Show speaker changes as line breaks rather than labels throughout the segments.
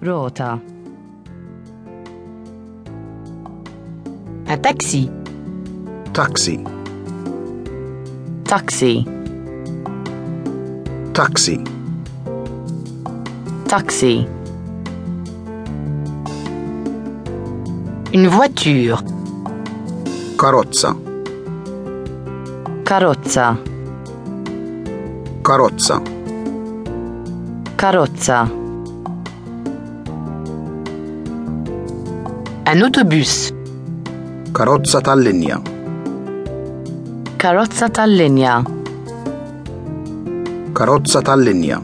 Rota.
Un taxi.
taxi,
Taxi.
taxi,
Taxi. Une voiture.
carrozza,
Carrozza.
carrozza,
Carrozza. Un autobus.
carrozza tal-linja,
Carrozza tal-linja.
karozza tal-linja,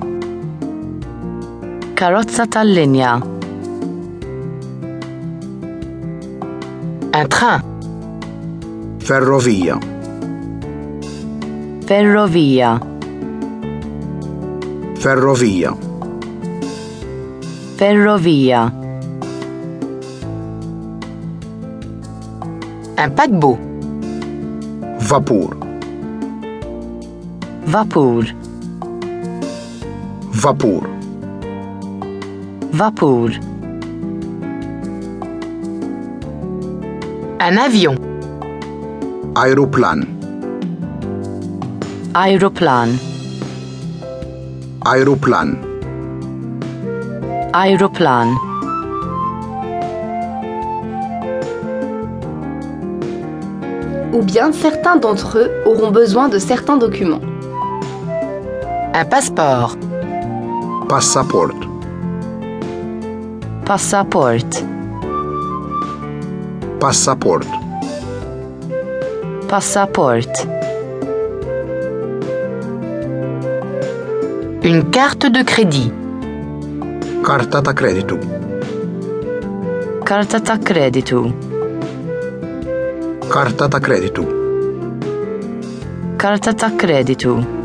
Karozza tal-linja. Un train.
ferrovija,
Ferrovia.
ferrovija,
Ferrovia. Un paquebot.
vapur,
Vapur.
vapur,
Vapur. Un avion.
aeroplan,
Aeroplan.
aeroplan,
Aeroplan.
ou bien certains d'entre eux auront besoin de certains documents.
Un passeport.
passaport,
Passaport.
passaport,
Passaport. Une carte de crédit.
karta ta' kreditu,
Karta ta' kreditu.
karta ta' kreditu,
Karta ta' kreditu.